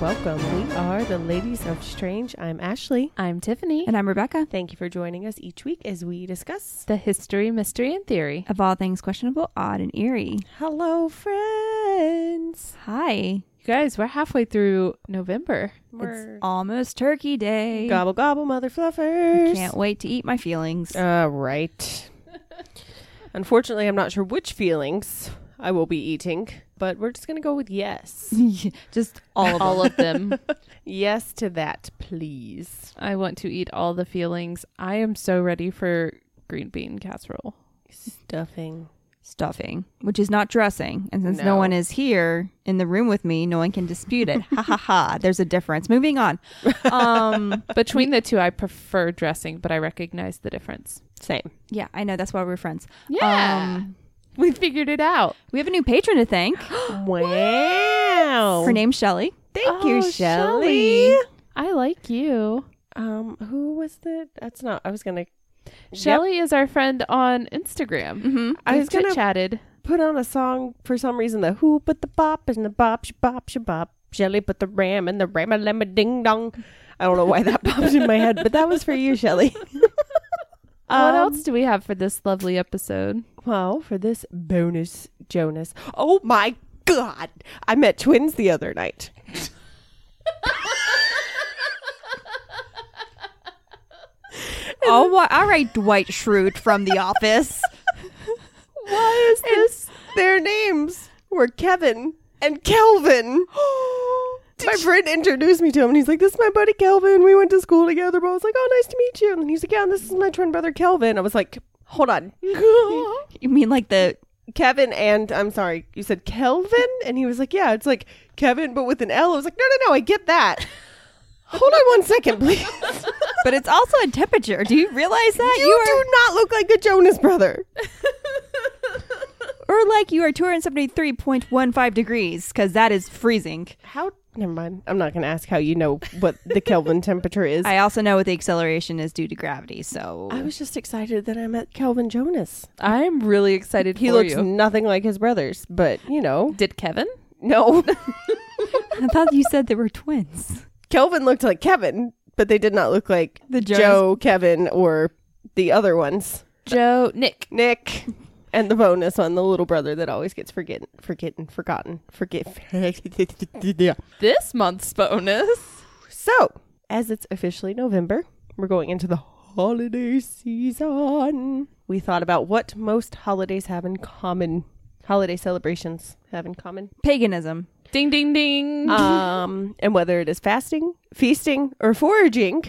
welcome. We are the Ladies of Strange. I'm Ashley. I'm Tiffany. And I'm Rebecca Thank you for joining us each week as we discuss. the history, mystery, and theory. of All Things Questionable, Odd, and Eerie. Hello, friends. Hi. You guys, we're halfway through November. We're It's almost turkey day. gobble gobble, mother I fluffers. can't wait to eat my feelings. Uh, right. Unfortunately, I'm not sure which feelings I will be eating, but we're just gonna go with yes. Just all of All of them. yes to that, please. I want to eat all the feelings. I am so ready for green bean casserole. Stuffing. stuffing, which is not dressing. And since no. No. one is here in the room with me, no one can dispute it. ha ha ha. There's a difference. Moving on. Um, Between the two, I prefer dressing, but I recognize the difference. Same. yeah, I know. That's why we're friends. Yeah. Um, we figured it out. we have a new patron to thank. wow. Her name's Shelly. Thank Oh, you, Oh. Shelly. I like you. Um, who was the? That's not. I was gonna. Yep. Shelly is our friend on Instagram. Mm-hmm. I We've was gonna chit-chatted. put on a song for some reason. The who but the bop and the bop shabop shabop. Shelly put the ram and the ram a lam a ding dong. I don't know why that popped in my head, but that was for you, Shelly. Um, what else do we have for this lovely episode? Well, for this bonus, Jonas. Oh my God! I met twins the other night. Oh, wha- all right, Dwight Schrute from The Office. Why is this? Their names were Kevin and Kelvin. my friend introduced me to him, and he's like, "This is my buddy Kelvin. We went to school together." But I was like, "Oh, nice to meet you." And he's like, "Yeah, and this is my twin brother Kelvin." I was like, "Hold on, You mean like the Kevin and I'm sorry, you said Kelvin?" And he was like, "Yeah, it's like Kevin, but with an L." I was like, "No, no, no, I get that." Hold on one second, please. But it's also a temperature. Do you realize that? you do not look like the Jonas brother. do. Or like you are 273.15 degrees because that is freezing. How? Never mind. I'm not going to ask how you know what the Kelvin temperature is. I also know what the acceleration is due to gravity. So I was just excited that I met Calvin Jonas. I'm really excited He for looks you. nothing like his brothers, but you know, Did Kevin? no. I thought you said they were twins. Kelvin looked like Kevin, but they did not look like The Jonas- Joe, Kevin, or the other ones, Joe, Nick. Nick, and the bonus one, the little brother that always gets forgetting, forgetting, forgotten, forget. This month's bonus. so, as it's officially November, we're going into the holiday season. We thought about what most holidays have in common. Holiday celebrations have in common. Paganism. Ding, ding, ding. um, and whether it is fasting, feasting, or foraging.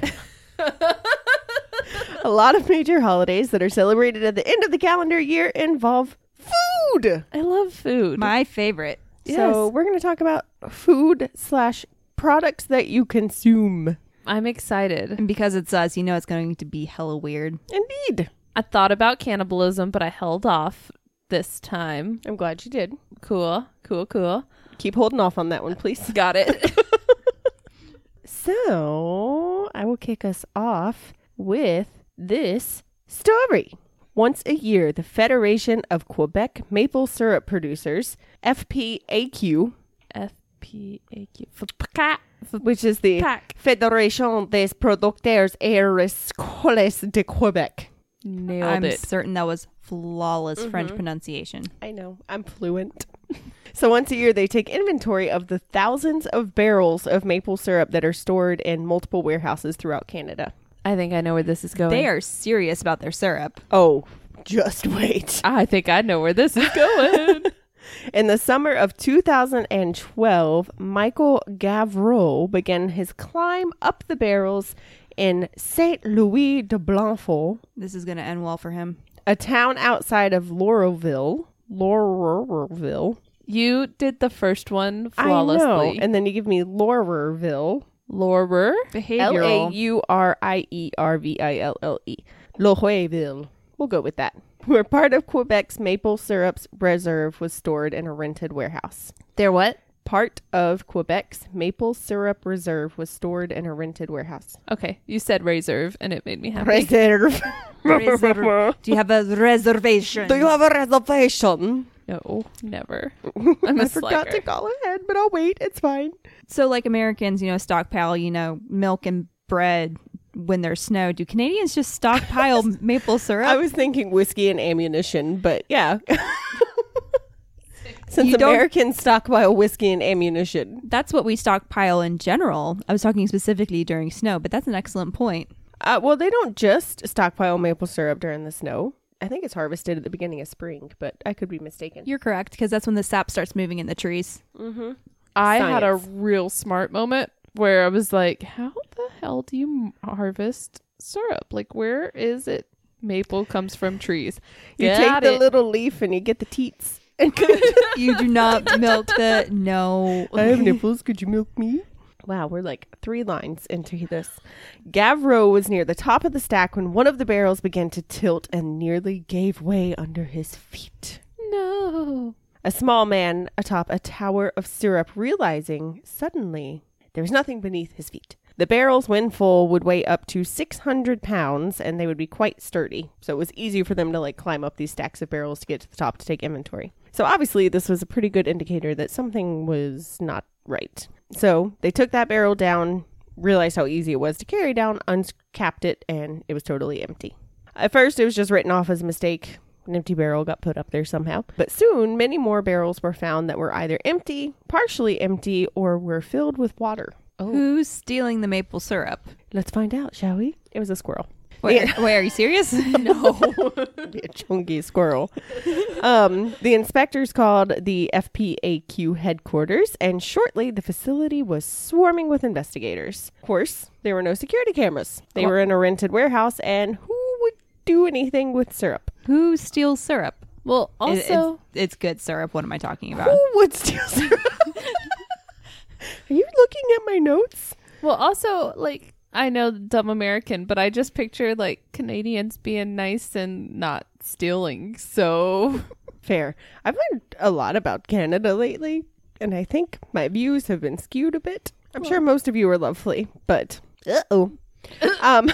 a lot of major holidays that are celebrated at the end of the calendar year involve food. I love food. My favorite. So we're going to talk about food slash products that you consume. I'm excited. And because it's us, you know it's going to be hella weird. Indeed, I thought about cannibalism, but I held off this time. I'm glad you did. Cool, cool, cool. Keep holding off on that one, please. Got it. So I will kick us off with this story. Once a year, the Federation of Quebec Maple Syrup Producers, FPAQ, F P A Q. F-p-ka. which is the Pack. Fédération des producteurs agricoles de Quebec. Nailed I'm it. certain that was flawless Mm-hmm. French pronunciation. I know, I'm fluent. so once a year, they take inventory of the thousands of barrels of maple syrup that are stored in multiple warehouses throughout Canada. I think I know where this is going. They are serious about their syrup. Oh, just wait. I think I know where this is going. In the summer of 2012, Michael Gavreau began his climb up the barrels in Saint Louis de Blanfort, This is going to end well for him. a town outside of Laurelville. Laurelville. you did the first one I know. flawlessly. And then you give me Laurelville. Laura. L A Behavioral. U R I E R V I L L E. Lohueville. We'll go with that. Where part of Quebec's maple syrups reserve was stored in a rented warehouse. They're what? Part of Quebec's maple syrup reserve was stored in a rented warehouse. Okay, you said reserve, and it made me happy. Reserve. Reserve. Do you have a reservation? Do you have a reservation? No, never. I'm a I forgot slacker. to call ahead, but I'll wait. It's fine. So, like Americans, you know, stockpile, you know, milk and bread when there's snow. Do Canadians just stockpile maple syrup? I was thinking whiskey and ammunition, but yeah. Since You don't- Americans stockpile whiskey and ammunition. that's what we stockpile in general. I was talking specifically during snow, but that's an excellent point. Uh, well, they don't just stockpile maple syrup during the snow. I think it's harvested at the beginning of spring, but I could be mistaken. You're correct because that's when the sap starts moving in the trees. I had a Science. real smart moment where I was like, how the hell do you m- harvest syrup? Like, where is it? Maple comes from trees. You Got take the it. little leaf and you get the teats. You do not milk the no. I have nipples. Could you milk me? Wow, we're like three lines into this. Gavro was near the top of the stack when one of the barrels began to tilt and nearly gave way under his feet. No. A small man atop a tower of syrup, realizing suddenly there was nothing beneath his feet. The barrels, when full, would weigh up to 600 pounds and they would be quite sturdy. So it was easy for them to like climb up these stacks of barrels to get to the top to take inventory. So obviously, this was a pretty good indicator that something was not right. So they took that barrel down, realized how easy it was to carry down, uncapped it, and it was totally empty. At first, it was just written off as a mistake. An empty barrel got put up there somehow. But soon, many more barrels were found that were either empty, partially empty, or were filled with water. Oh, Who's stealing the maple syrup? let's find out, shall we? It was a squirrel. Wait, wait, are you serious? no. Be a chunky squirrel. um, the inspectors called the FPAQ headquarters, and shortly the facility was swarming with investigators. Of course, there were no security cameras. They were in a rented warehouse, and who would do anything with syrup? Who steals syrup? It- Well, also, it's- it's, good syrup. What am I talking about? Who would steal syrup? Are you looking at my notes? well, also, like, I know dumb American, but I just picture like Canadians being nice and not stealing. So Fair. I've learned a lot about Canada lately, and I think my views have been skewed a bit. I'm sure most of you are lovely, but uh oh. um,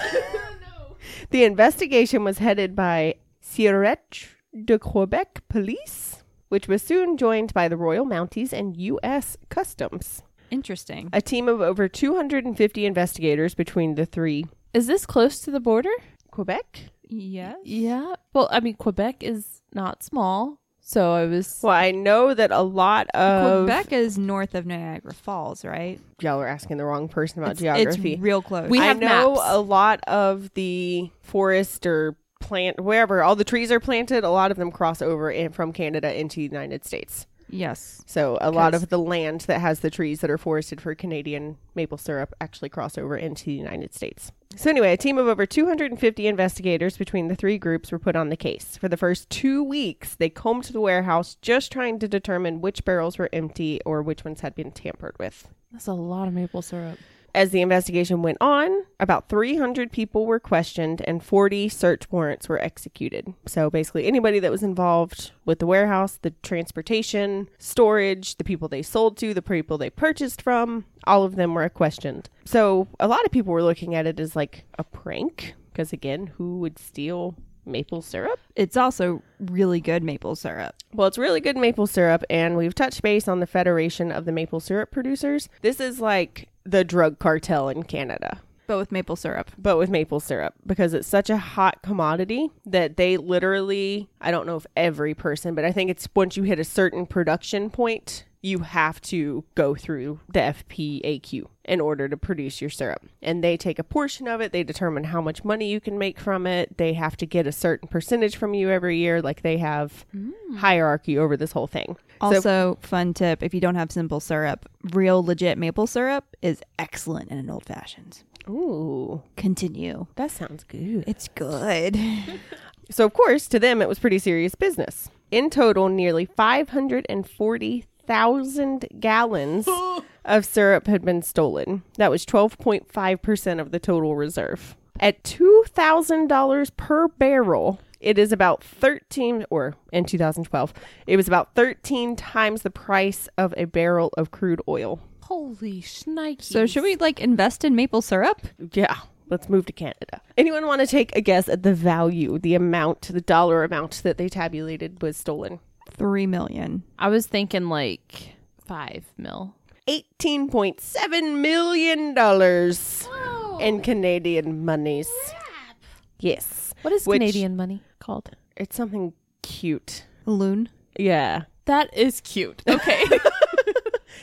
the investigation was headed by Sirech de Quebec Police, which was soon joined by the Royal Mounties and U.S. Customs. Interesting. A team of over 250 investigators between the three is this close to the border? Quebec. Yeah. Yeah. Well, I mean, Quebec is not small. So I was. Well, I know that a lot of Quebec is north of Niagara Falls, right? Y'all are asking the wrong person about It's- geography. It's real close. We- I have know maps. a lot of the forest or plant wherever all the trees are planted. A lot of them cross over in, from Canada into the United States. yes. So a lot 'Cause- of the land that has the trees that are forested for Canadian maple syrup actually cross over into the United States. So anyway, a team of over 250 investigators between the three groups were put on the case. For the first 2 weeks, they combed the warehouse just trying to determine which barrels were empty or which ones had been tampered with. That's a lot of maple syrup. As the investigation went on, about 300 people were questioned and 40 search warrants were executed. So basically, anybody that was involved with the warehouse, the transportation, storage, the people they sold to, the people they purchased from, all of them were questioned. So a lot of people were looking at it as like a prank, because again, who would steal maple syrup? It's also really good maple syrup. Well, it's really good maple syrup, and we've touched base on the Federation of the Maple Syrup Producers. This is like the drug cartel in Canada. But with maple syrup. but with maple syrup because it's such a hot commodity that they literally I don't know if every person, but I think it's once you hit a certain production point, you have to go through the FPAQ in order to produce your syrup. And they take a portion of it, they determine how much money you can make from it. They have to get a certain percentage from you every year, like they have Mm. hierarchy over this whole thing. Also, fun tip if you don't have simple syrup, real legit maple syrup is excellent in an old fashioned. Ooh, Continue. that sounds good. It's good. So, of course, to them, it was pretty serious business. In total, nearly 540,000 gallons of syrup had been stolen. That was 12.5% of the total reserve. At $2,000 per barrel, it is about 13, or in 2012, it was about 13 times the price of a barrel of crude oil. Holy shnikes. So, should we like invest in maple syrup? Yeah, let's move to Canada. Anyone want to take a guess at the value, the amount, the dollar amount that they tabulated was stolen? Three million. I was thinking like five mil. $18.7 million in Canadian monies. Yes. What is Which- Canadian money called? It's something cute. Loon. Yeah. That is cute. Okay.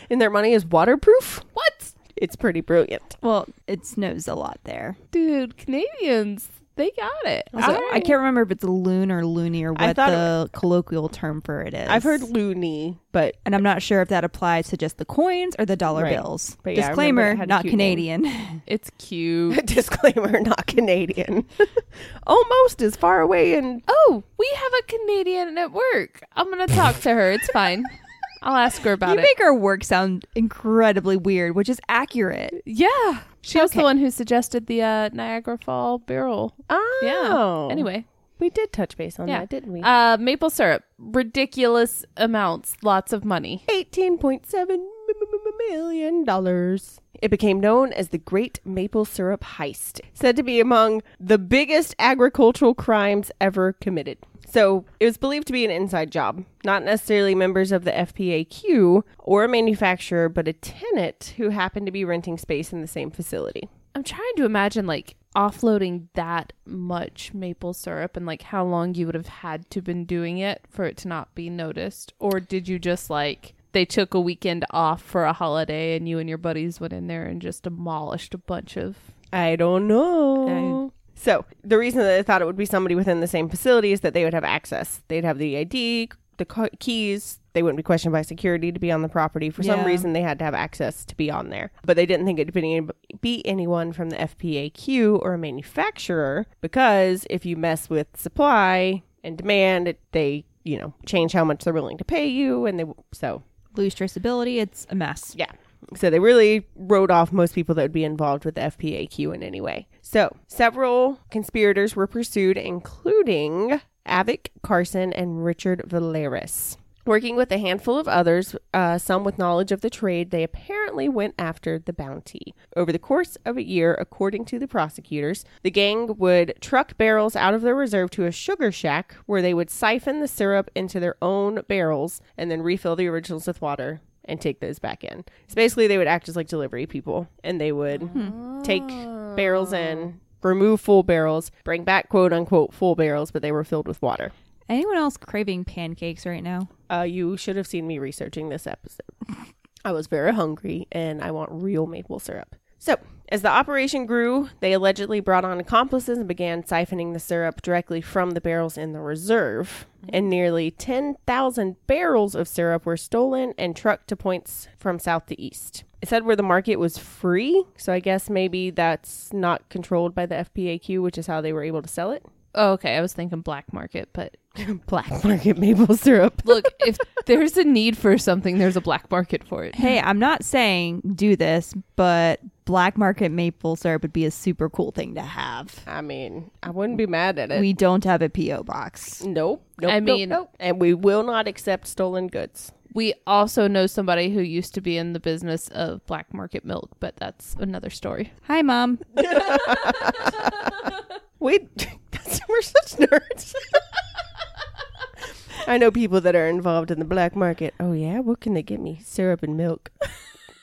And their money is waterproof. what? It's pretty brilliant. Well, it snows a lot there. Dude, Canadians, they got it. Also, All I right. can't remember if it's loon or loony or I what thought the colloquial term for it is. I've heard loony, but and I'm not sure if that applies to just the coins or the dollar Right. bills. But yeah, I remember Disclaimer: it had a not cute Canadian. It's cute. disclaimer, not Canadian. Almost as far away and Oh, we have a Canadian at work. I'm gonna talk to her. It's fine. I'll ask her about you it. make our work sound incredibly weird, which is accurate. yeah, she was Okay. the one who suggested the uh, Niagara Fall barrel. oh, Yeah. Anyway, we did touch base on Yeah. that, didn't we? uh, maple syrup, ridiculous amounts, lots of money. Eighteen point seven million dollars. It became known as the Great Maple Syrup Heist, said to be among the biggest agricultural crimes ever committed. So it was believed to be an inside job, not necessarily members of the FPAQ or a manufacturer, but a tenant who happened to be renting space in the same facility. I'm trying to imagine like offloading that much maple syrup and like how long you would have had to been doing it for it to not be noticed or did you just like they took a weekend off for a holiday and you and your buddies went in there and just demolished a bunch of I don't know. So the reason that they thought it would be somebody within the same facility is that they would have access. They'd have the ID, the co- keys. They wouldn't be questioned by security to be on the property. For some Yeah. reason, they had to have access to be on there, but they didn't think it'd be, any- be anyone from the FPAQ or a manufacturer because if you mess with supply and demand, it, they you know change how much they're willing to pay you, and they so Lose traceability. It's a mess. yeah. So they really wrote off most people that would be involved with the FPAQ in any way. So several conspirators were pursued, including Avic Carson and Richard Valeris. Working with a handful of others, uh, some with knowledge of the trade, they apparently went after the bounty. Over the course of a year, according to the prosecutors, the gang would truck barrels out of their reserve to a sugar shack where they would siphon the syrup into their own barrels and then refill the originals with water and take those back in. So basically, they would act as like delivery people, and they would take barrels in, remove full barrels, bring back quote unquote full barrels, but they were filled with water. Anyone else craving pancakes right now? Uh, you should have seen me researching this episode. I was very hungry, and I want real maple syrup. So, as the operation grew, they allegedly brought on accomplices and began siphoning the syrup directly from the barrels in the reserve. And nearly 10,000 barrels of syrup were stolen and trucked to points from south to east. It said where the market was free, so I guess maybe that's not controlled by the FPAQ, which is how they were able to sell it. oh, okay i was thinking black market but Black market maple syrup. look if there's a need for something there's a black market for it Hey, I'm not saying do this, but black market maple syrup would be a super cool thing to have. I mean, I wouldn't be mad at it. We don't have a PO box. Nope. nope I nope, mean- nope. and we will not accept stolen goods. we also know somebody who used to be in the business of black market milk but that's another story Hi, mom. Wait, that's, we're such nerds. I know people that are involved in the black market. Oh yeah, what can they get me? Syrup and milk.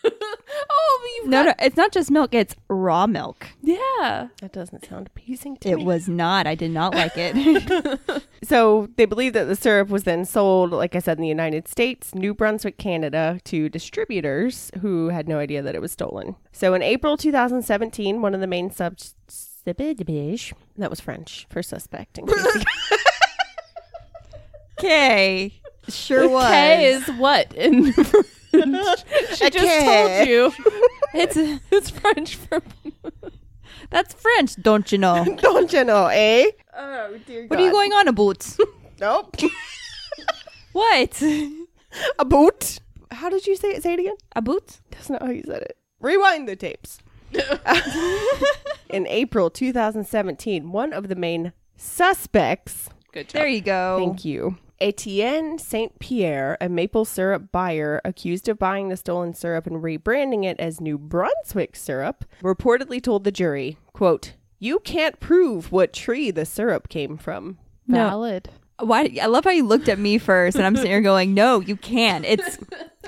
oh you No, no, it's not just milk. It's raw milk. yeah That doesn't sound appeasing to It me. was not. I did not like it. So they believe that the syrup was then sold, like I said, in the United States, New Brunswick, Canada, to distributors who had no idea that it was stolen. So in April 2017, one of the main sub that was French for suspect. in case you- Okay, sure was. K is what in French? she A just K. told you It's a, it's French for that's French, don't you know? Don't you know, eh? Oh dear What are you going on about? Nope. what? a boot. How did you say it? Say it again. About? That's not how you said it. Rewind the tapes. In April 2017, one of the main suspects. good job. There you go. Thank you. Etienne Saint Pierre, a maple syrup buyer accused of buying the stolen syrup and rebranding it as New Brunswick syrup, reportedly told the jury, quote, You can't prove what tree the syrup came from. Valid. Why? I love how you looked at me first, and I'm sitting here going, "No, you can't. It's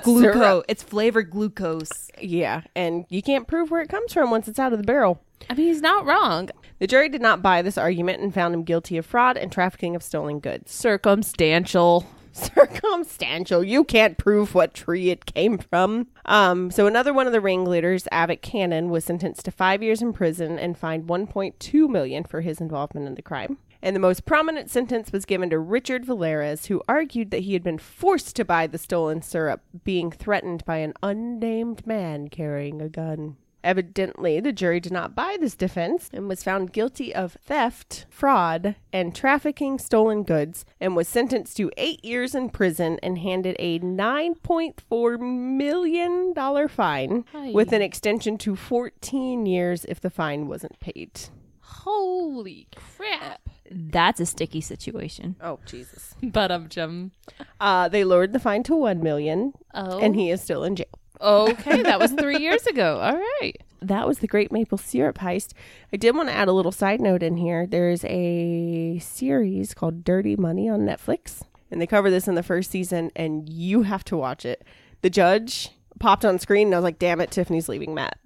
glucose. It's flavored glucose." Yeah, and you can't prove where it comes from once it's out of the barrel. I mean, he's not wrong. The jury did not buy this argument and found him guilty of fraud and trafficking of stolen goods. Circumstantial. Circumstantial. You can't prove what tree it came from. Um, so another one of the ringleaders, Abbott Cannon, was sentenced to five years in prison and fined 1.2 million for his involvement in the crime. And the most prominent sentence was given to Richard Valeras, who argued that he had been forced to buy the stolen syrup, being threatened by an unnamed man carrying a gun. Evidently, the jury did not buy this defense and was found guilty of theft, fraud, and trafficking stolen goods, and was sentenced to eight years in prison and handed a $9.4 million fine Hi. with an extension to 14 years if the fine wasn't paid. Holy crap. That's a sticky situation. Oh, Jesus. But um, Jim. Uh, they lowered the fine to 1 million, Oh. and he is still in jail. okay, that was three years ago. All right. that was the great maple syrup heist. I did want to add a little side note in here. There's a series called Dirty Money on Netflix, and they cover this in the first season, and you have to watch it. The judge popped on screen, and I was like, damn it, Tiffany's leaving Matt.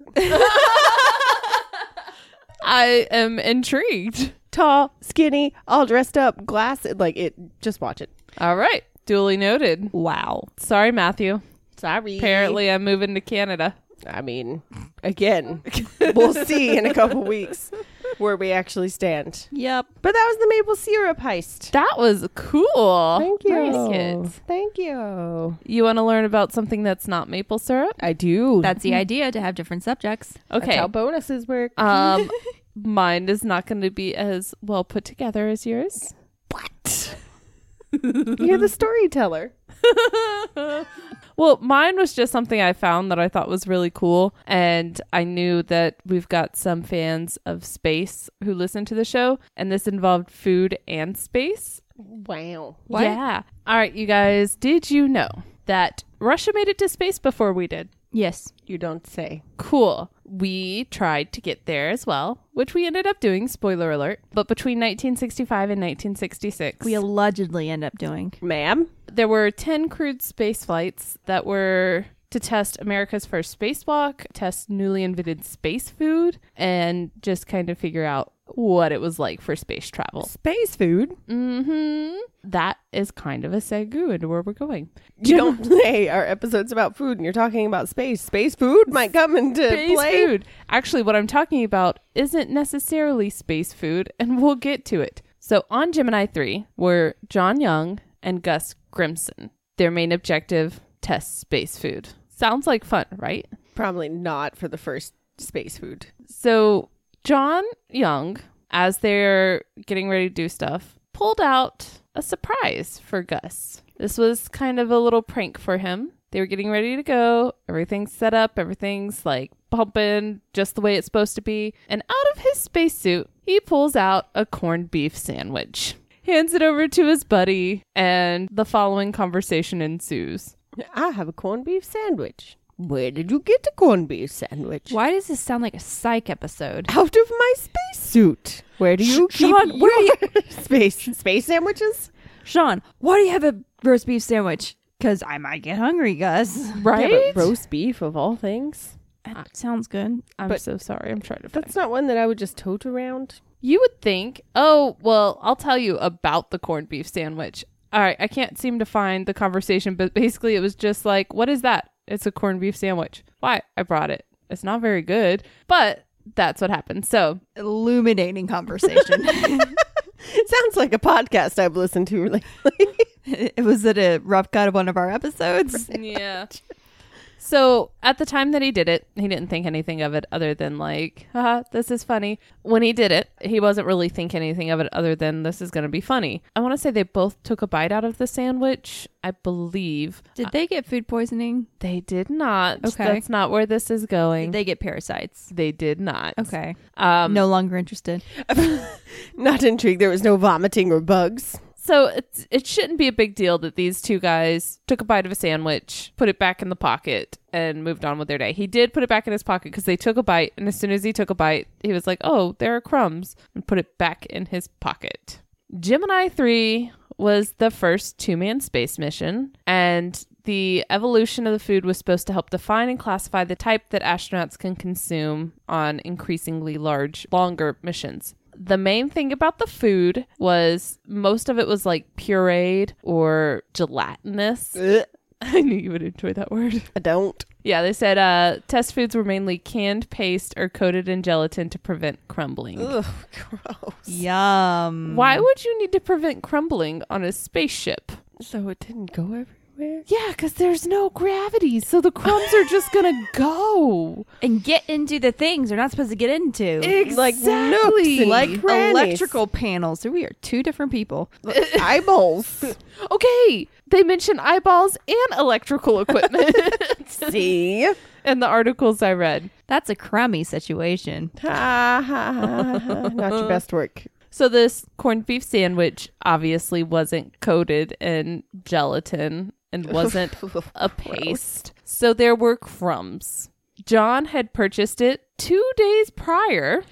I am intrigued. Tall, skinny, all dressed up, glass, like it, just watch it. All right. Duly noted. Wow. Sorry, Matthew. Sorry. Apparently, I'm moving to Canada. I mean, again, we'll see in a couple weeks where we actually stand. Yep. But that was the maple syrup heist. That was cool. Thank you. Like it. Thank you. You want to learn about something that's not maple syrup? I do. That's the idea to have different subjects. That's Okay. how bonuses work. Um, mine is not going to be as well put together as yours. What? You're the storyteller. Well, mine was just something I found that I thought was really cool. And I knew that we've got some fans of space who listen to the show. And this involved food and space. Wow. What? Yeah. All right, you guys, did you know that Russia made it to space before we did? Yes. You don't say. Cool. We tried to get there as well, which we ended up doing, spoiler alert. But between 1965 and 1966, We allegedly end up doing. Ma'am? there were 10 crewed space flights that were to test America's first spacewalk, test newly invented space food, and just kind of figure out what it was like for space travel. Space food. hmm That is kind of a segue into where we're going. You don't play our episodes about food and you're talking about space. Space food might come into space play. food. Actually, what I'm talking about isn't necessarily space food, and we'll get to it. So on Gemini 3 were John Young and Gus Grimson. Their main objective test space food. Sounds like fun, right? Probably not for the first space food. So John Young, as they're getting ready to do stuff, pulled out a surprise for Gus. This was kind of a little prank for him. They were getting ready to go. Everything's set up. Everything's like pumping just the way it's supposed to be. And out of his spacesuit, he pulls out a corned beef sandwich, hands it over to his buddy, and the following conversation ensues. I have a corned beef sandwich. Where did you get a corned beef sandwich? Why does this sound like a psych episode? Out of my space suit. Where do you Sh- keep Sean, your space space sandwiches? Sean, why do you have a roast beef sandwich? Because I might get hungry, Gus. Right? roast beef of all things. That sounds good. I'm but- so sorry. I'm trying to That's not one that I would just tote around. You would think, oh, well, I'll tell you about the corned beef sandwich. All right, I can't seem to find the conversation, but basically it was just like, what is that? It's a corned beef sandwich. Why? I brought it. It's not very good, but that's what happened. So, Illuminating conversation. It sounds like a podcast I've listened to lately. it was it a rough cut of one of our episodes? yeah. So, at the time that he did it, he didn't think anything of it other than like, haha, this is funny. When he did it, he wasn't really thinking anything of it other than this is going to be funny. I want to say they both took a bite out of the sandwich, I believe. Did they get food poisoning? They did not. Okay. That's not where this is going. Did they get parasites? They did not. Okay. Um, no longer interested. Not intrigued. There was no vomiting or bugs. So it's, it shouldn't be a big deal that these two guys took a bite of a sandwich, put it back in the pocket, and moved on with their day. He did put it back in his pocket because they took a bite. And as soon as he took a bite, he was like, oh, there are crumbs, and put it back in his pocket. Gemini 3 was the first two man space mission, and the evolution of the food was supposed to help define and classify the type that astronauts can consume on increasingly large, longer missions. The main thing about the food was most of it was like pureed or gelatinous. Ugh, I knew you would enjoy that word. I don't. Yeah, they said uh, test foods were mainly canned paste or coated in gelatin to prevent crumbling. Ugh, gross. Yum. Why would you need to prevent crumbling on a spaceship? So it didn't go everywhere. Yeah, because there's no gravity, so the crumbs are just gonna go. And get into the things they're not supposed to get into. Like nooks and like crannies. electrical panels. We are two different people. eyeballs. Okay, they mention eyeballs and electrical equipment See, ha in the articles I read. That's a crummy situation. ha ha ha. Not your best work. So this corned beef sandwich obviously wasn't coated in gelatin and wasn't a paste. So there were crumbs. John had purchased it two days prior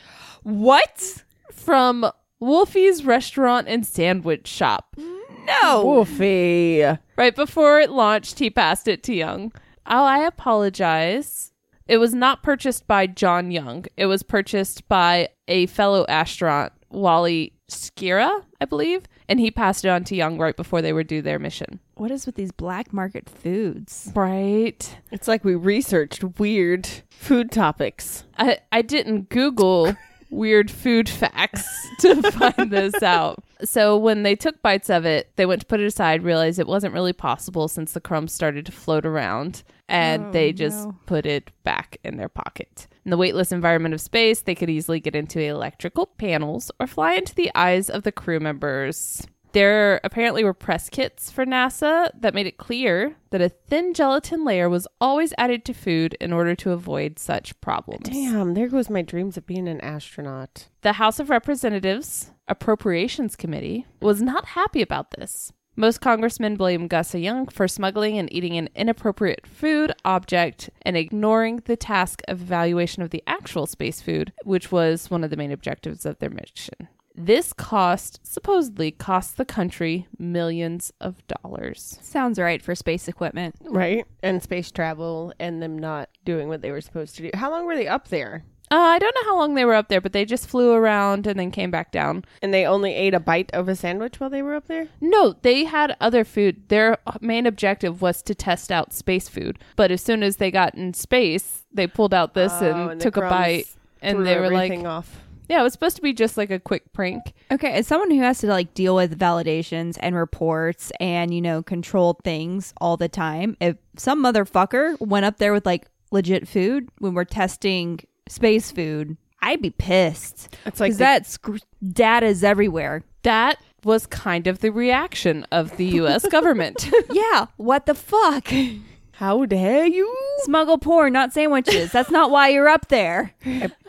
What? from Wolfie's restaurant and sandwich shop. No. Oh. Wolfie. Right before it launched, he passed it to Young. Oh, I apologize. It was not purchased by John Young. It was purchased by a fellow astronaut, Wally Skira, I believe, and he passed it on to Young right before they were due their mission. What is with these black market foods? Right. It's like we researched weird food topics. I, I didn't Google weird food facts to find this out. So when they took bites of it, they went to put it aside, realized it wasn't really possible since the crumbs started to float around, and Oh, they just no. put it back in their pocket. In the weightless environment of space, they could easily get into electrical panels or fly into the eyes of the crew members. There apparently were press kits for NASA that made it clear that a thin gelatin layer was always added to food in order to avoid such problems. Damn, there goes my dreams of being an astronaut. The House of Representatives Appropriations Committee was not happy about this. Most congressmen blame Gus Young for smuggling and eating an inappropriate food object and ignoring the task of evaluation of the actual space food, which was one of the main objectives of their mission. This cost supposedly cost the country millions of dollars. Sounds right for space equipment. Right? And space travel and them not doing what they were supposed to do. How long were they up there? Uh, I don't know how long they were up there, but they just flew around and then came back down. And they only ate a bite of a sandwich while they were up there? No, they had other food. Their main objective was to test out space food. But as soon as they got in space, they pulled out this and, Oh, and the took a crumbs bite. And Threw they were like, everything off. yeah, it was supposed to be just like a quick prank. Okay, as someone who has to like deal with validations and reports and you know control things all the time, if some motherfucker went up there with like legit food when we're testing space food, I'd be pissed. It's like Because the- that's gr- data's everywhere. That was kind of the reaction of the US government. yeah, what the fuck? How dare you? Smuggle porn, not sandwiches. That's not why you're up there.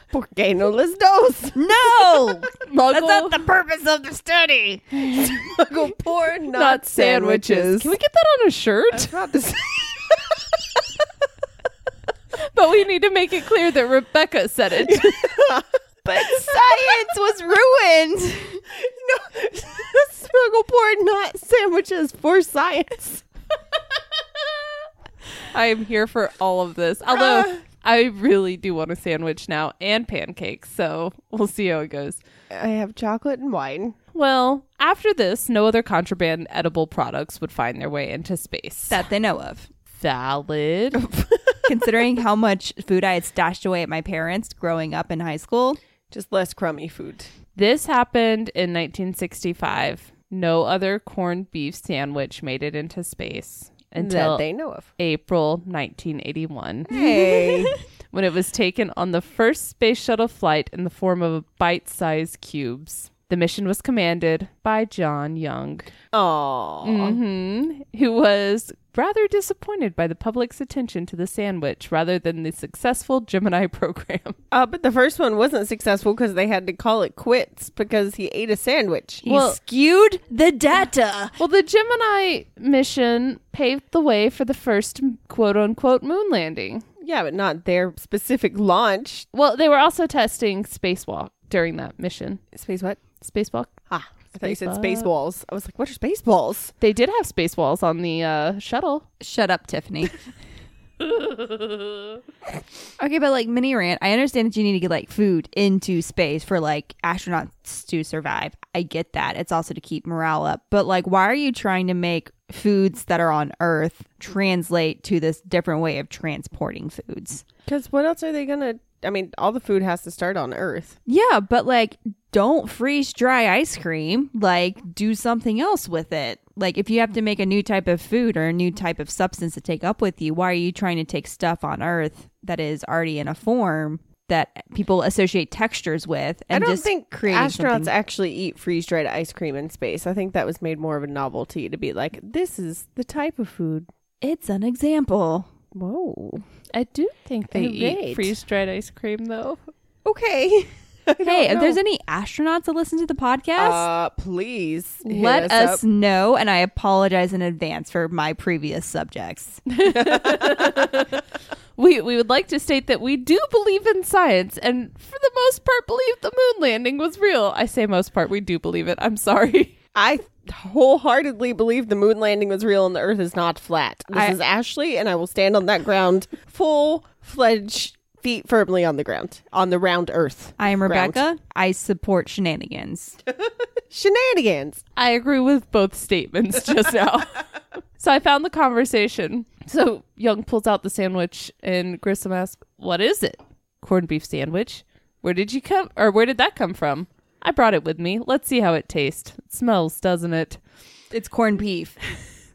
Porque Eh, no les dos. No, that's Muggle, not the purpose of the study. Go porn, not, not sandwiches. Can we get that on a shirt? Not the but we need to make it clear that Rebecca said it. But science was ruined. no, smuggle porn, not sandwiches for science. I am here for all of this. Ah. Although I really do want a sandwich now and pancakes, so we'll see how it goes. I have chocolate and wine. Well, after this, no other contraband edible products would find their way into space. That they know of. valid. considering how much food I had stashed away at my parents growing up in high school. Just less crummy food. this happened in 1965. No other corned beef sandwich made it into space until that they know of. April 1981. Hey. when it was taken on the first space shuttle flight in the form of bite-sized cubes. The mission was commanded by John Young, Aw. hmm who was rather disappointed by the public's attention to the sandwich rather than the successful Gemini program. Uh, but the first one wasn't successful because they had to call it quits because he ate a sandwich. You Well- skewed the data. well, the Gemini mission paved the way for the first quote-unquote moon landing. Yeah, but not their specific launch. Well, they were also testing spacewalk during that mission. Space what? Spacewalk? Ah. I thought you said Spaceballs. spaceballs. I was like, what are spaceballs? They did have space walls on the uh, shuttle. Shut up, Tiffany. okay, but like mini rant, I understand that you need to get like food into space for like astronauts to survive. I get that. It's also to keep morale up. But like, why are you trying to make foods that are on Earth translate to this different way of transporting foods? Because what else are they gonna? I mean, all the food has to start on Earth. Yeah, but like, don't freeze dry ice cream. Like, do something else with it. Like, if you have to make a new type of food or a new type of substance to take up with you, why are you trying to take stuff on Earth that is already in a form that people associate textures with? And I don't just think creating astronauts something- actually eat freeze dried ice cream in space. I think that was made more of a novelty to be like, this is the type of food. It's an example. Whoa. I do think they eat Alright. freeze dried ice cream though. Okay. Hey, if know. there's any astronauts that listen to the podcast, Uh, please hit us let up. us know. And I apologize in advance for my previous subjects. We we would like to state that we do believe in science and for the most part believe the moon landing was real. I say most part, we do believe it. I'm sorry. I wholeheartedly believe the moon landing was real and the Earth is not flat. This I- is Ashley, and I will stand on that ground, full fledged, feet firmly on the ground, on the round Earth. I am Ground. Rebecca. I support shenanigans. Shenanigans. I agree with both statements just now. so I found the conversation. So Young pulls out the sandwich and Grissom asks, What is it? Corned beef sandwich. Where did you come or where did that come from? I brought it with me. Let's see how it tastes. It smells, doesn't it? It's corned beef.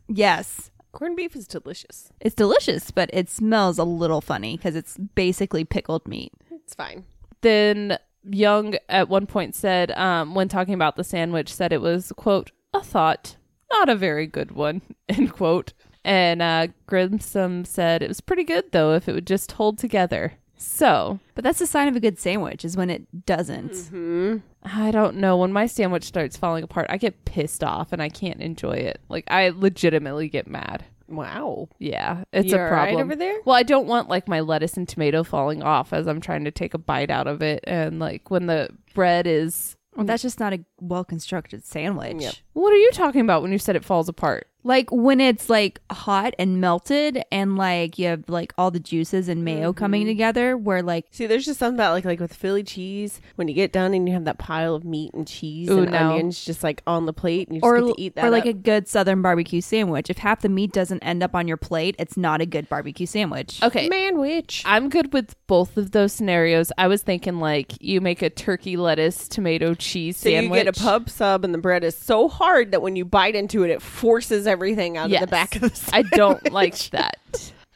yes. Corned beef is delicious. It's delicious, but it smells a little funny because it's basically pickled meat. It's fine. then young at one point said um, when talking about the sandwich said it was quote a thought not a very good one end quote and uh, grimsom said it was pretty good though if it would just hold together so But that's a sign of a good sandwich is when it doesn't. Mm-hmm. i don't know when my sandwich starts falling apart i get pissed off and i can't enjoy it like i legitimately get mad Wow. yeah it's You a all right problem over there? well i don't want like my lettuce and tomato falling off as i'm trying to take a bite out of it and like when the bread is That's just not a well constructed sandwich. Yep. What are you talking about when you said it falls apart? Like when it's like hot and melted and like you have like all the juices and mayo coming together where like See, there's Mm-hmm. just something about like like with Philly cheese when you get done and you have that pile of meat and cheese Ooh, and no. onions just like on the plate and you just or, get to eat that. or like up. a good southern barbecue sandwich. If half the meat doesn't end up on your plate, it's not a good barbecue sandwich. Okay. man witch. I'm good with both of those scenarios. I was thinking like you make a turkey lettuce tomato cheese So sandwich. you get a pub sub and the bread is so hard that when you bite into it, it forces everything out Yes. of the back of the. Sandwich. I don't like that.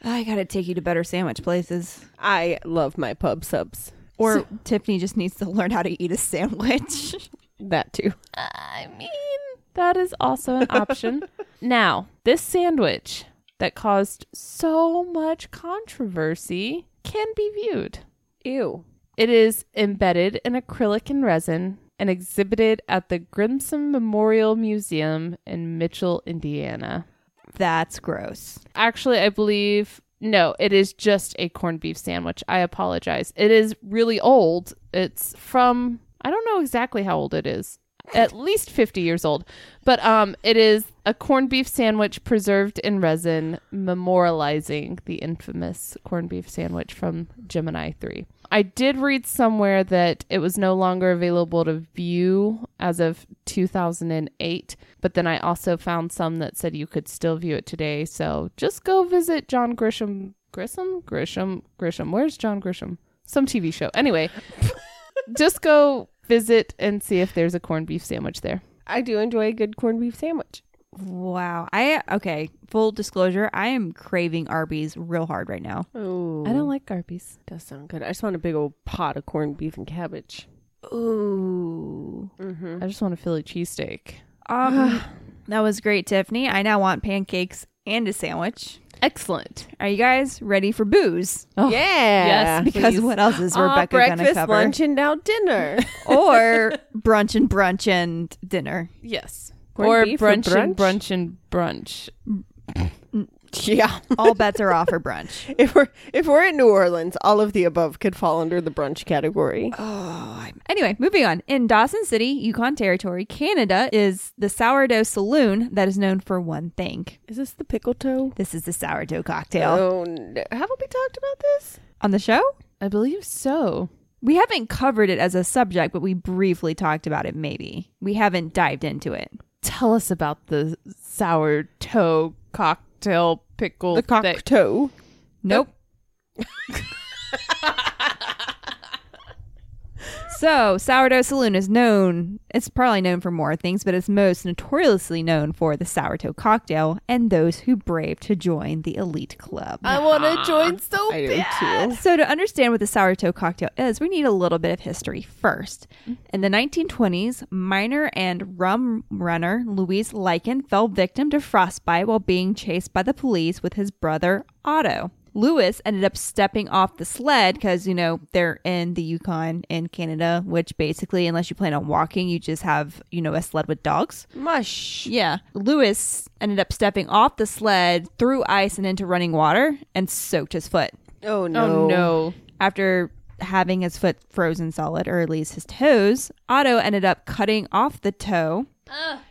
I gotta take you to better sandwich places. I love my pub subs. Or Tiffany just needs to learn how to eat a sandwich. That too. I mean, that is also an option. now, this sandwich that caused so much controversy can be viewed. Ew. It is embedded in acrylic and resin and exhibited at the Grimson Memorial Museum in Mitchell, Indiana. That's gross. Actually, I believe no, it is just a corned beef sandwich. I apologize. It is really old. It's from I don't know exactly how old it is. At least 50 years old. But um it is a corned beef sandwich preserved in resin memorializing the infamous corned beef sandwich from Gemini 3. I did read somewhere that it was no longer available to view as of 2008, but then I also found some that said you could still view it today. So just go visit John Grisham. Grisham? Grisham? Grisham. Where's John Grisham? Some TV show. Anyway, just go visit and see if there's a corned beef sandwich there. I do enjoy a good corned beef sandwich. Wow. I okay, full disclosure, I am craving Arby's real hard right now. Oh, I don't like Arby's. Does sound good. I just want a big old pot of corned beef and cabbage. Ooh. Mm-hmm. I just want a Philly cheesesteak. Um, that was great, Tiffany. I now want pancakes and a sandwich. Excellent. Are you guys ready for booze? Oh, yeah. yes, Because please. what else is Ah, Rebecca going to breakfast, cover? lunch, and now dinner. or brunch and brunch and dinner. Yes. Corned or beef for brunch and brunch? brunch and brunch. Yeah. All bets are off for brunch. If we're if we're in New Orleans, all of the above could fall under the brunch category. Oh, Anyway, moving on. In Dawson City, Yukon Territory, Canada is the sourdough saloon that is known for one thing. Is this the pickle toe? This is the sourdough cocktail. Oh, no. haven't we talked about this? On the show? I believe so. We haven't covered it as a subject, but we briefly talked about it, maybe. We haven't dived into it. Tell us about the sourdough cocktail pickle. The cock thing. toe. Nope. so, Sourdough Saloon is known, it's probably known for more things, but it's most notoriously known for the sourdough cocktail and those who brave to join the elite club. I want to join so I do bad. too. So, to understand what the sourdough cocktail is, we need a little bit of history first. In the 1920s, miner and rum runner Louise Lycan fell victim to frostbite while being chased by the police with his brother Otto. Lewis ended up stepping off the sled because, you know, they're in the Yukon in Canada, which basically, unless you plan on walking, you just have, you know, a sled with dogs. Mush. Yeah. Lewis ended up stepping off the sled through ice and into running water and soaked his foot Oh no. Oh no. after having his foot frozen solid, or at least his toes, Otto ended up cutting off the toe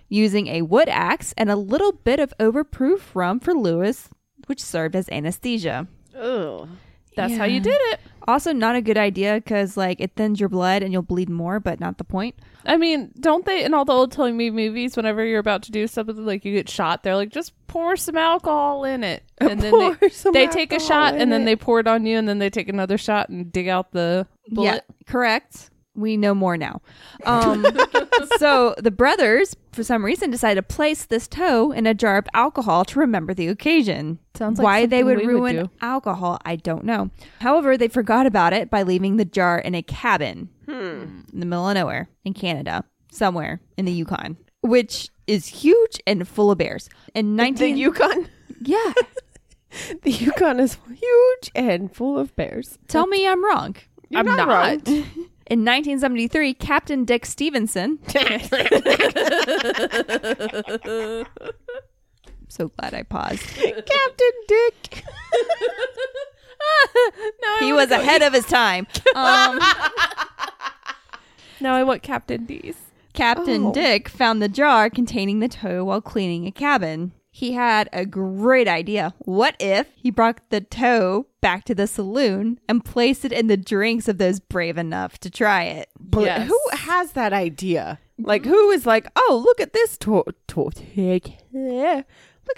using a wood axe and a little bit of overproof rum for Lewis, which served as anesthesia. Ugh. That's how you did it. Also, not a good idea because, like, it thins your blood and you'll bleed more, but not the point. I mean, don't they in all the old telling me movies, whenever you're about to do something like you get shot, they're like, just pour some alcohol in it. And then Pour they, some they take a alcohol shot in and then it. they pour it on you and then they take another shot and dig out the bullet. correct. We know more now. Um, so the brothers, for some reason, decided to place this toe in a jar of alcohol to remember the occasion. Sounds like why they something would we would ruin do. alcohol, I don't know. However, they forgot about it by leaving the jar in a cabin Hmm. in the middle of nowhere in Canada, somewhere in the Yukon, which is huge and full of bears. In The nineteen, Yukon. yeah, The Yukon is huge and full of bears. tell me I'm wrong. You're I'm not, not. wrong. In 1973, Captain Dick Stevenson. so glad I paused. Captain Dick. He was ahead of his time. Um, Now I want Captain D's. Captain Oh. Dick found the jar containing the toe while cleaning a cabin. He had a great idea. What if he brought the toe back to the saloon and placed it in the drinks of those brave enough to try it? Bl- Yes. Who has that idea? Like, who is like, oh, look at this toe, toe, look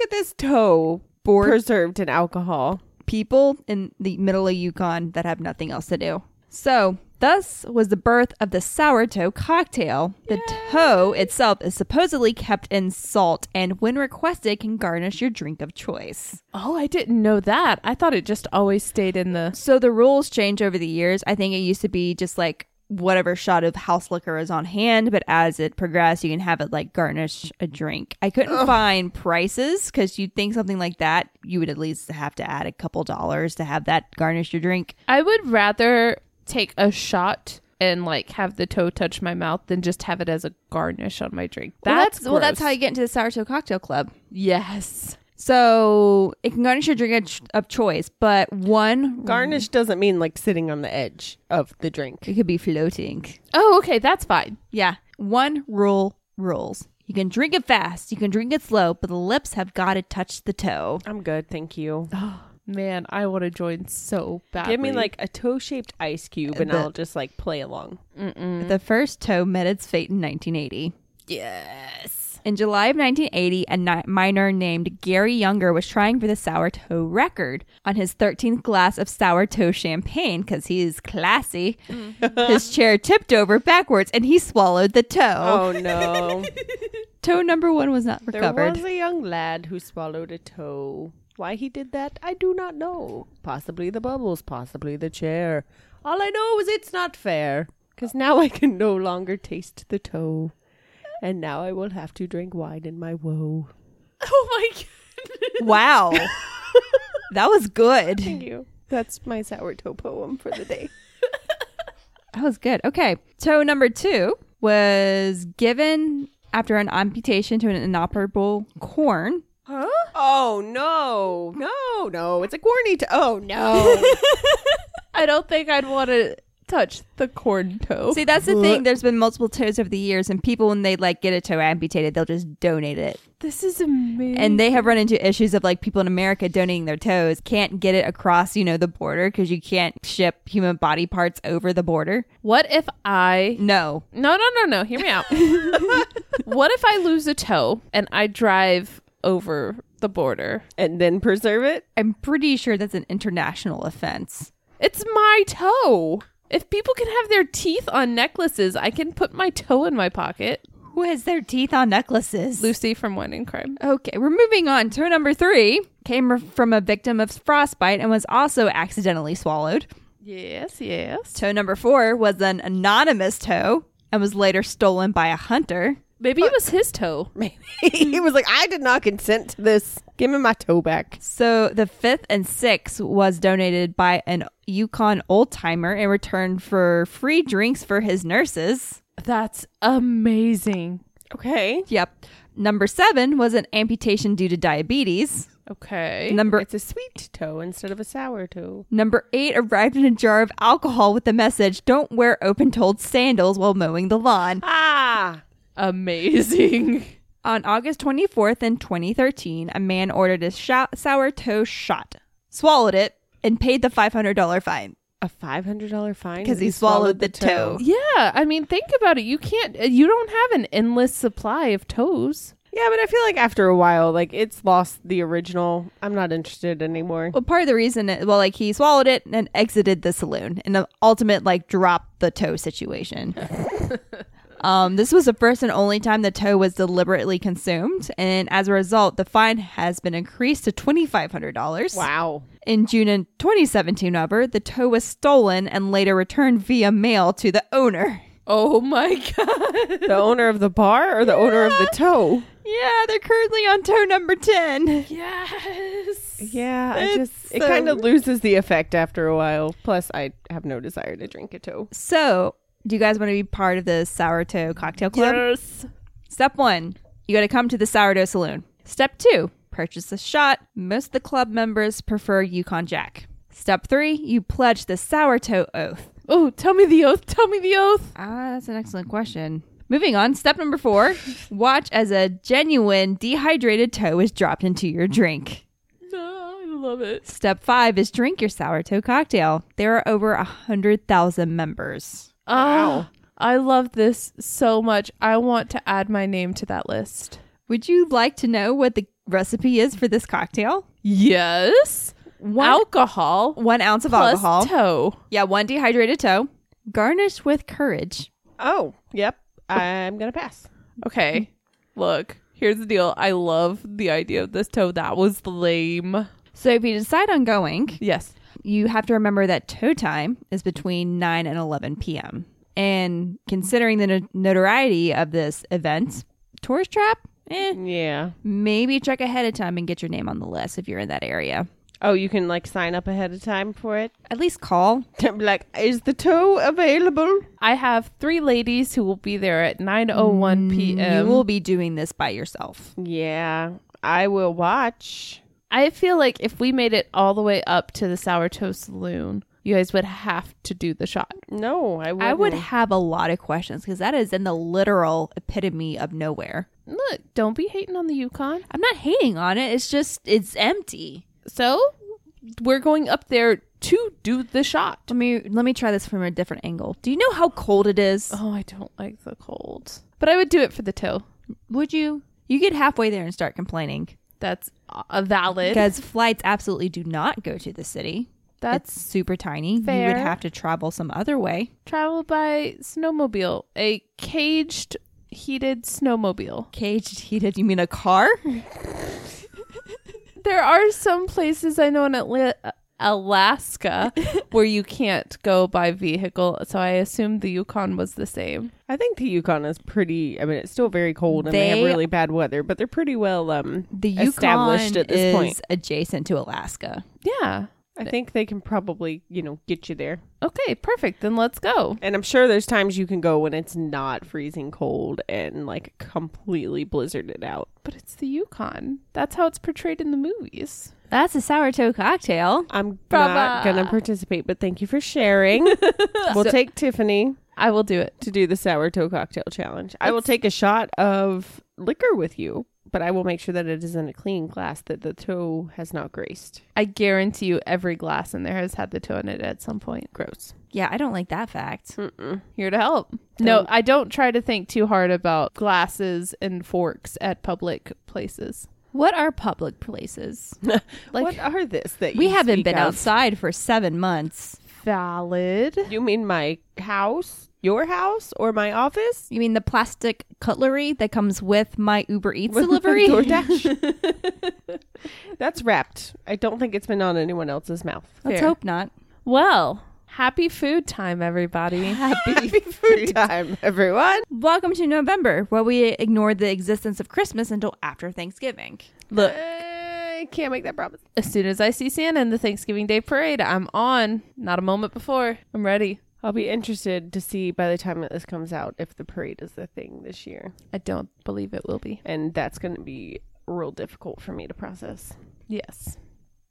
at this toe Bored. preserved in alcohol. people in the middle of Yukon that have nothing else to do. So, thus was the birth of the sourdough cocktail. The toe itself is supposedly kept in salt and, when requested, can garnish your drink of choice. Oh, I didn't know that. I thought it just always stayed in the. So, the rules change over the years. I think it used to be just like whatever shot of house liquor is on hand, but as it progressed, you can have it like garnish a drink. I couldn't find prices because you'd think something like that, you would at least have to add a couple dollars to have that garnish your drink. I would rather take a shot and like have the toe touch my mouth than just have it as a garnish on my drink. That's Well, well. That's gross. how you get into the sourdough cocktail club. Yes. So it can garnish your drink of ch- of choice, but one Garnish doesn't mean like sitting on the edge of the drink. it could be floating. Oh, okay. That's fine. Yeah, one rule rules. You can drink it fast, you can drink it slow, but the lips have got to touch the toe. I'm good, thank you. Man, I want to join so badly. Give me like a toe-shaped ice cube, and The- I'll just like play along. The first toe met its fate in 1980. Yes. In July of 1980, a ni- miner named Gary Younger was trying for the sourdough record on his 13th glass of sourdough champagne because he's classy. Mm. his chair tipped over backwards and he swallowed the toe. Oh no! Toe number one was not there recovered. was a young lad who swallowed a toe. Why he did that, I do not know. Possibly the bubbles, possibly the chair. All I know is it's not fair, because now I can no longer taste the toe, and now I will have to drink wine in my woe. Oh my god. wow. that was good. you. That's my sourdough poem for the day. That was good. Okay. Toe number two was given after an amputation to an inoperable corn. huh? Oh no, no, no! It's a corny. T- oh no! I don't think I'd want to touch the corn toe. See, that's the thing. There's been multiple toes over the years, and people, when they like get a toe amputated, they'll just donate it. this is amazing. And they have run into issues of like people in America donating their toes can't get it across, you know, the border because you can't ship human body parts over the border. what if I No. No, no, no, no. Hear me out. what if I lose a toe and I drive over the border? and then preserve it. I'm pretty sure that's an international offense. It's my toe. If people can have their teeth on necklaces, I can put my toe in my pocket. Who has their teeth on necklaces? Lucy from One in Crime. Okay, we're moving on. Toe number three came from a victim of frostbite and was also accidentally swallowed. Yes, yes. Toe number four was an anonymous toe and was later stolen by a hunter. Maybe it was his toe. Maybe he was like, I did not consent to this. Give me my toe back. So the fifth and sixth was donated by an Yukon old timer in return for free drinks for his nurses. That's amazing. Okay. Yep. Number seven was an amputation due to diabetes. Okay. Number It's a sweet toe instead of a sour toe. number eight arrived in a jar of alcohol with the message, "Don't wear open-toed sandals while mowing the lawn." Ah. Amazing. On August 24th in 2013, a man ordered a shou- sour toe shot, swallowed it, and paid the $500 fine. A five hundred dollar fine 'Cause he swallowed the toe. Yeah, I mean, think about it. You can't, uh, you don't have an endless supply of toes. Yeah, but I feel like after a while, like it's lost the original. I'm not interested anymore. Well, part of the reason, it, well, like he swallowed it and exited the saloon, and the ultimate like drop the toe situation. um, this was the first and only time the toe was deliberately consumed, and as a result, the fine has been increased to twenty five hundred dollars. Wow. In June in 2017, however, the toe was stolen and later returned via mail to the owner. Oh my God. The owner of the bar or the owner of the toe? Yeah, they're currently on toe number ten. Yes. Yeah, I It's just um, it so- kind of loses the effect after a while. Plus, I have no desire to drink a toe. So, do you guys want to be part of the sour toe cocktail club? Yes. Step one, you got to come to the sourdough saloon. Step two, purchase a shot. Most of the club members prefer Yukon Jack. Step three, you pledge the sourdough oath. Oh, tell me the oath. Tell me the oath. Ah, that's an excellent question. Moving on, step number four, watch as a genuine dehydrated toe is dropped into your drink. No, I love it. Step five is drink your sourdough cocktail. There are over a 100,000 members. Wow. Ah, I love this so much. I want to add my name to that list. Would you like to know what the recipe is for this cocktail? Yes. Alcohol One ounce of plus alcohol. toe. Yeah, one dehydrated toe. Garnish with courage. Oh, yep. I'm gonna pass. Okay. Look, here's the deal. I love the idea of this toe. That was lame. So if you decide on going, Yes. you have to remember that toe time is between 9 and 11 p.m. And considering the no- notoriety of this event, tourist trap, eh, Yeah. maybe check ahead of time and get your name on the list if you're in that area. Oh, you can like sign up ahead of time for it. At least call. Be like, is the toe available? I have three ladies who will be there at 9:01 p.m. you will be doing this by yourself. Yeah, I will watch. I feel like if we made it all the way up to the sourdough saloon, you guys would have to do the shot. No, I would. I would have a lot of questions because that is in the literal epitome of nowhere. Look, don't be hating on the Yukon. I'm not hating on it. It's just, it's empty. So we're going up there to do the shot. Let me let me try this from a different angle. Do you know how cold it is? Oh, I don't like the cold. But I would do it for the toe. Would you? You get halfway there and start complaining That's uh, valid. because flights absolutely do not go to the city. That's it's super tiny. You fair. would have to travel some other way. travel by snowmobile, a caged, heated snowmobile. Caged heated. You mean a car? There are some places I know in Atla- Alaska where you can't go by vehicle, so I assumed the Yukon was the same. I think the Yukon is pretty. I mean, it's still very cold and they, have They- really bad weather, but they're pretty well um The Yukon established at this is point. adjacent to Alaska. Yeah. I think they can probably, you know, get you there. Okay, perfect. Then let's go. And I'm sure there's times you can go when it's not freezing cold and like completely blizzarded out. But it's the Yukon. That's how it's portrayed in the movies. That's a sourdough cocktail. I'm Brava. not gonna participate, but thank you for sharing. we'll take Tiffany I will do it. to do the sourdough cocktail challenge. I will take a shot of liquor with you, but I will make sure that it is in a clean glass that the toe has not graced. I guarantee you every glass in there has had the toe in it at some point. Gross. Yeah, I don't like that fact. Mm-mm. Here to help. No, I don't try to think too hard about glasses and forks at public places. What are public places? Like- what are this that We you haven't speak been of? outside for seven months. Valid. You mean my house, your house, or my office? You mean the plastic cutlery that comes with my Uber Eats delivery? DoorDash. That's wrapped. I don't think it's been on anyone else's mouth. Let's Fair. hope not. Well, happy food time, everybody. Happy food time, everyone. Welcome to November, where we ignored the existence of Christmas until after Thanksgiving. Look, I can't make that promise. as soon as I see Santa in the Thanksgiving Day parade, I'm on. Not a moment before. I'm ready. I'll be interested to see by the time that this comes out if the parade is the thing this year. I don't believe it will be. And that's going to be real difficult for me to process. Yes.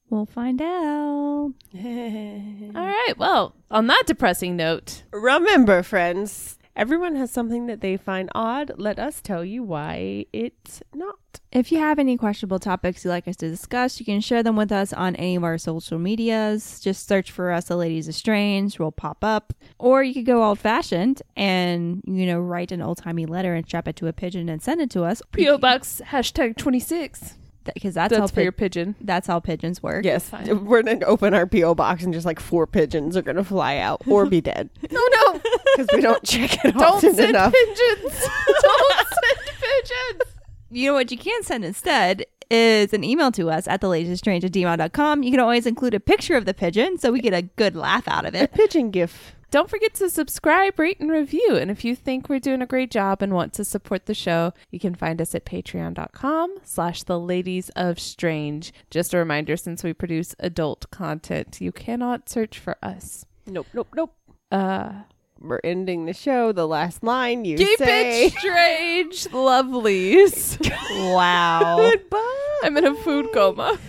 We'll find out. All right. Well, on that depressing note, Remember, friends, everyone has something that they find odd. Let us tell you why it's not. If you have any questionable topics you'd like us to discuss, you can share them with us on any of our social medias. Just search for us, The Ladies Estranged. We'll pop up. Or you could go old fashioned and, you know, write an old timey letter and strap it to a pigeon and send it to us. P.O. Box hashtag 26. Because that's, how That's for pi- your pigeon. that's how pigeons work. Yes, Fine. we're going to open our P.O. box and just like four pigeons are going to fly out or be dead. no, no. Because we don't check it Don't often send enough. pigeons. don't send pigeons. You know what you can send instead is an email to us at theladiesestrange at gmail.com. You can always include a picture of the pigeon so we get a good laugh out of it. Pigeon gif. Don't forget to subscribe, rate, and review. And if you think we're doing a great job and want to support the show, you can find us at patreon.com slash the ladies of strange. Just a reminder, since we produce adult content, you cannot search for us. Nope, nope, nope. Uh We're ending the show. The last line you keep say. it strange, lovelies. Wow. Goodbye. I'm in a food coma.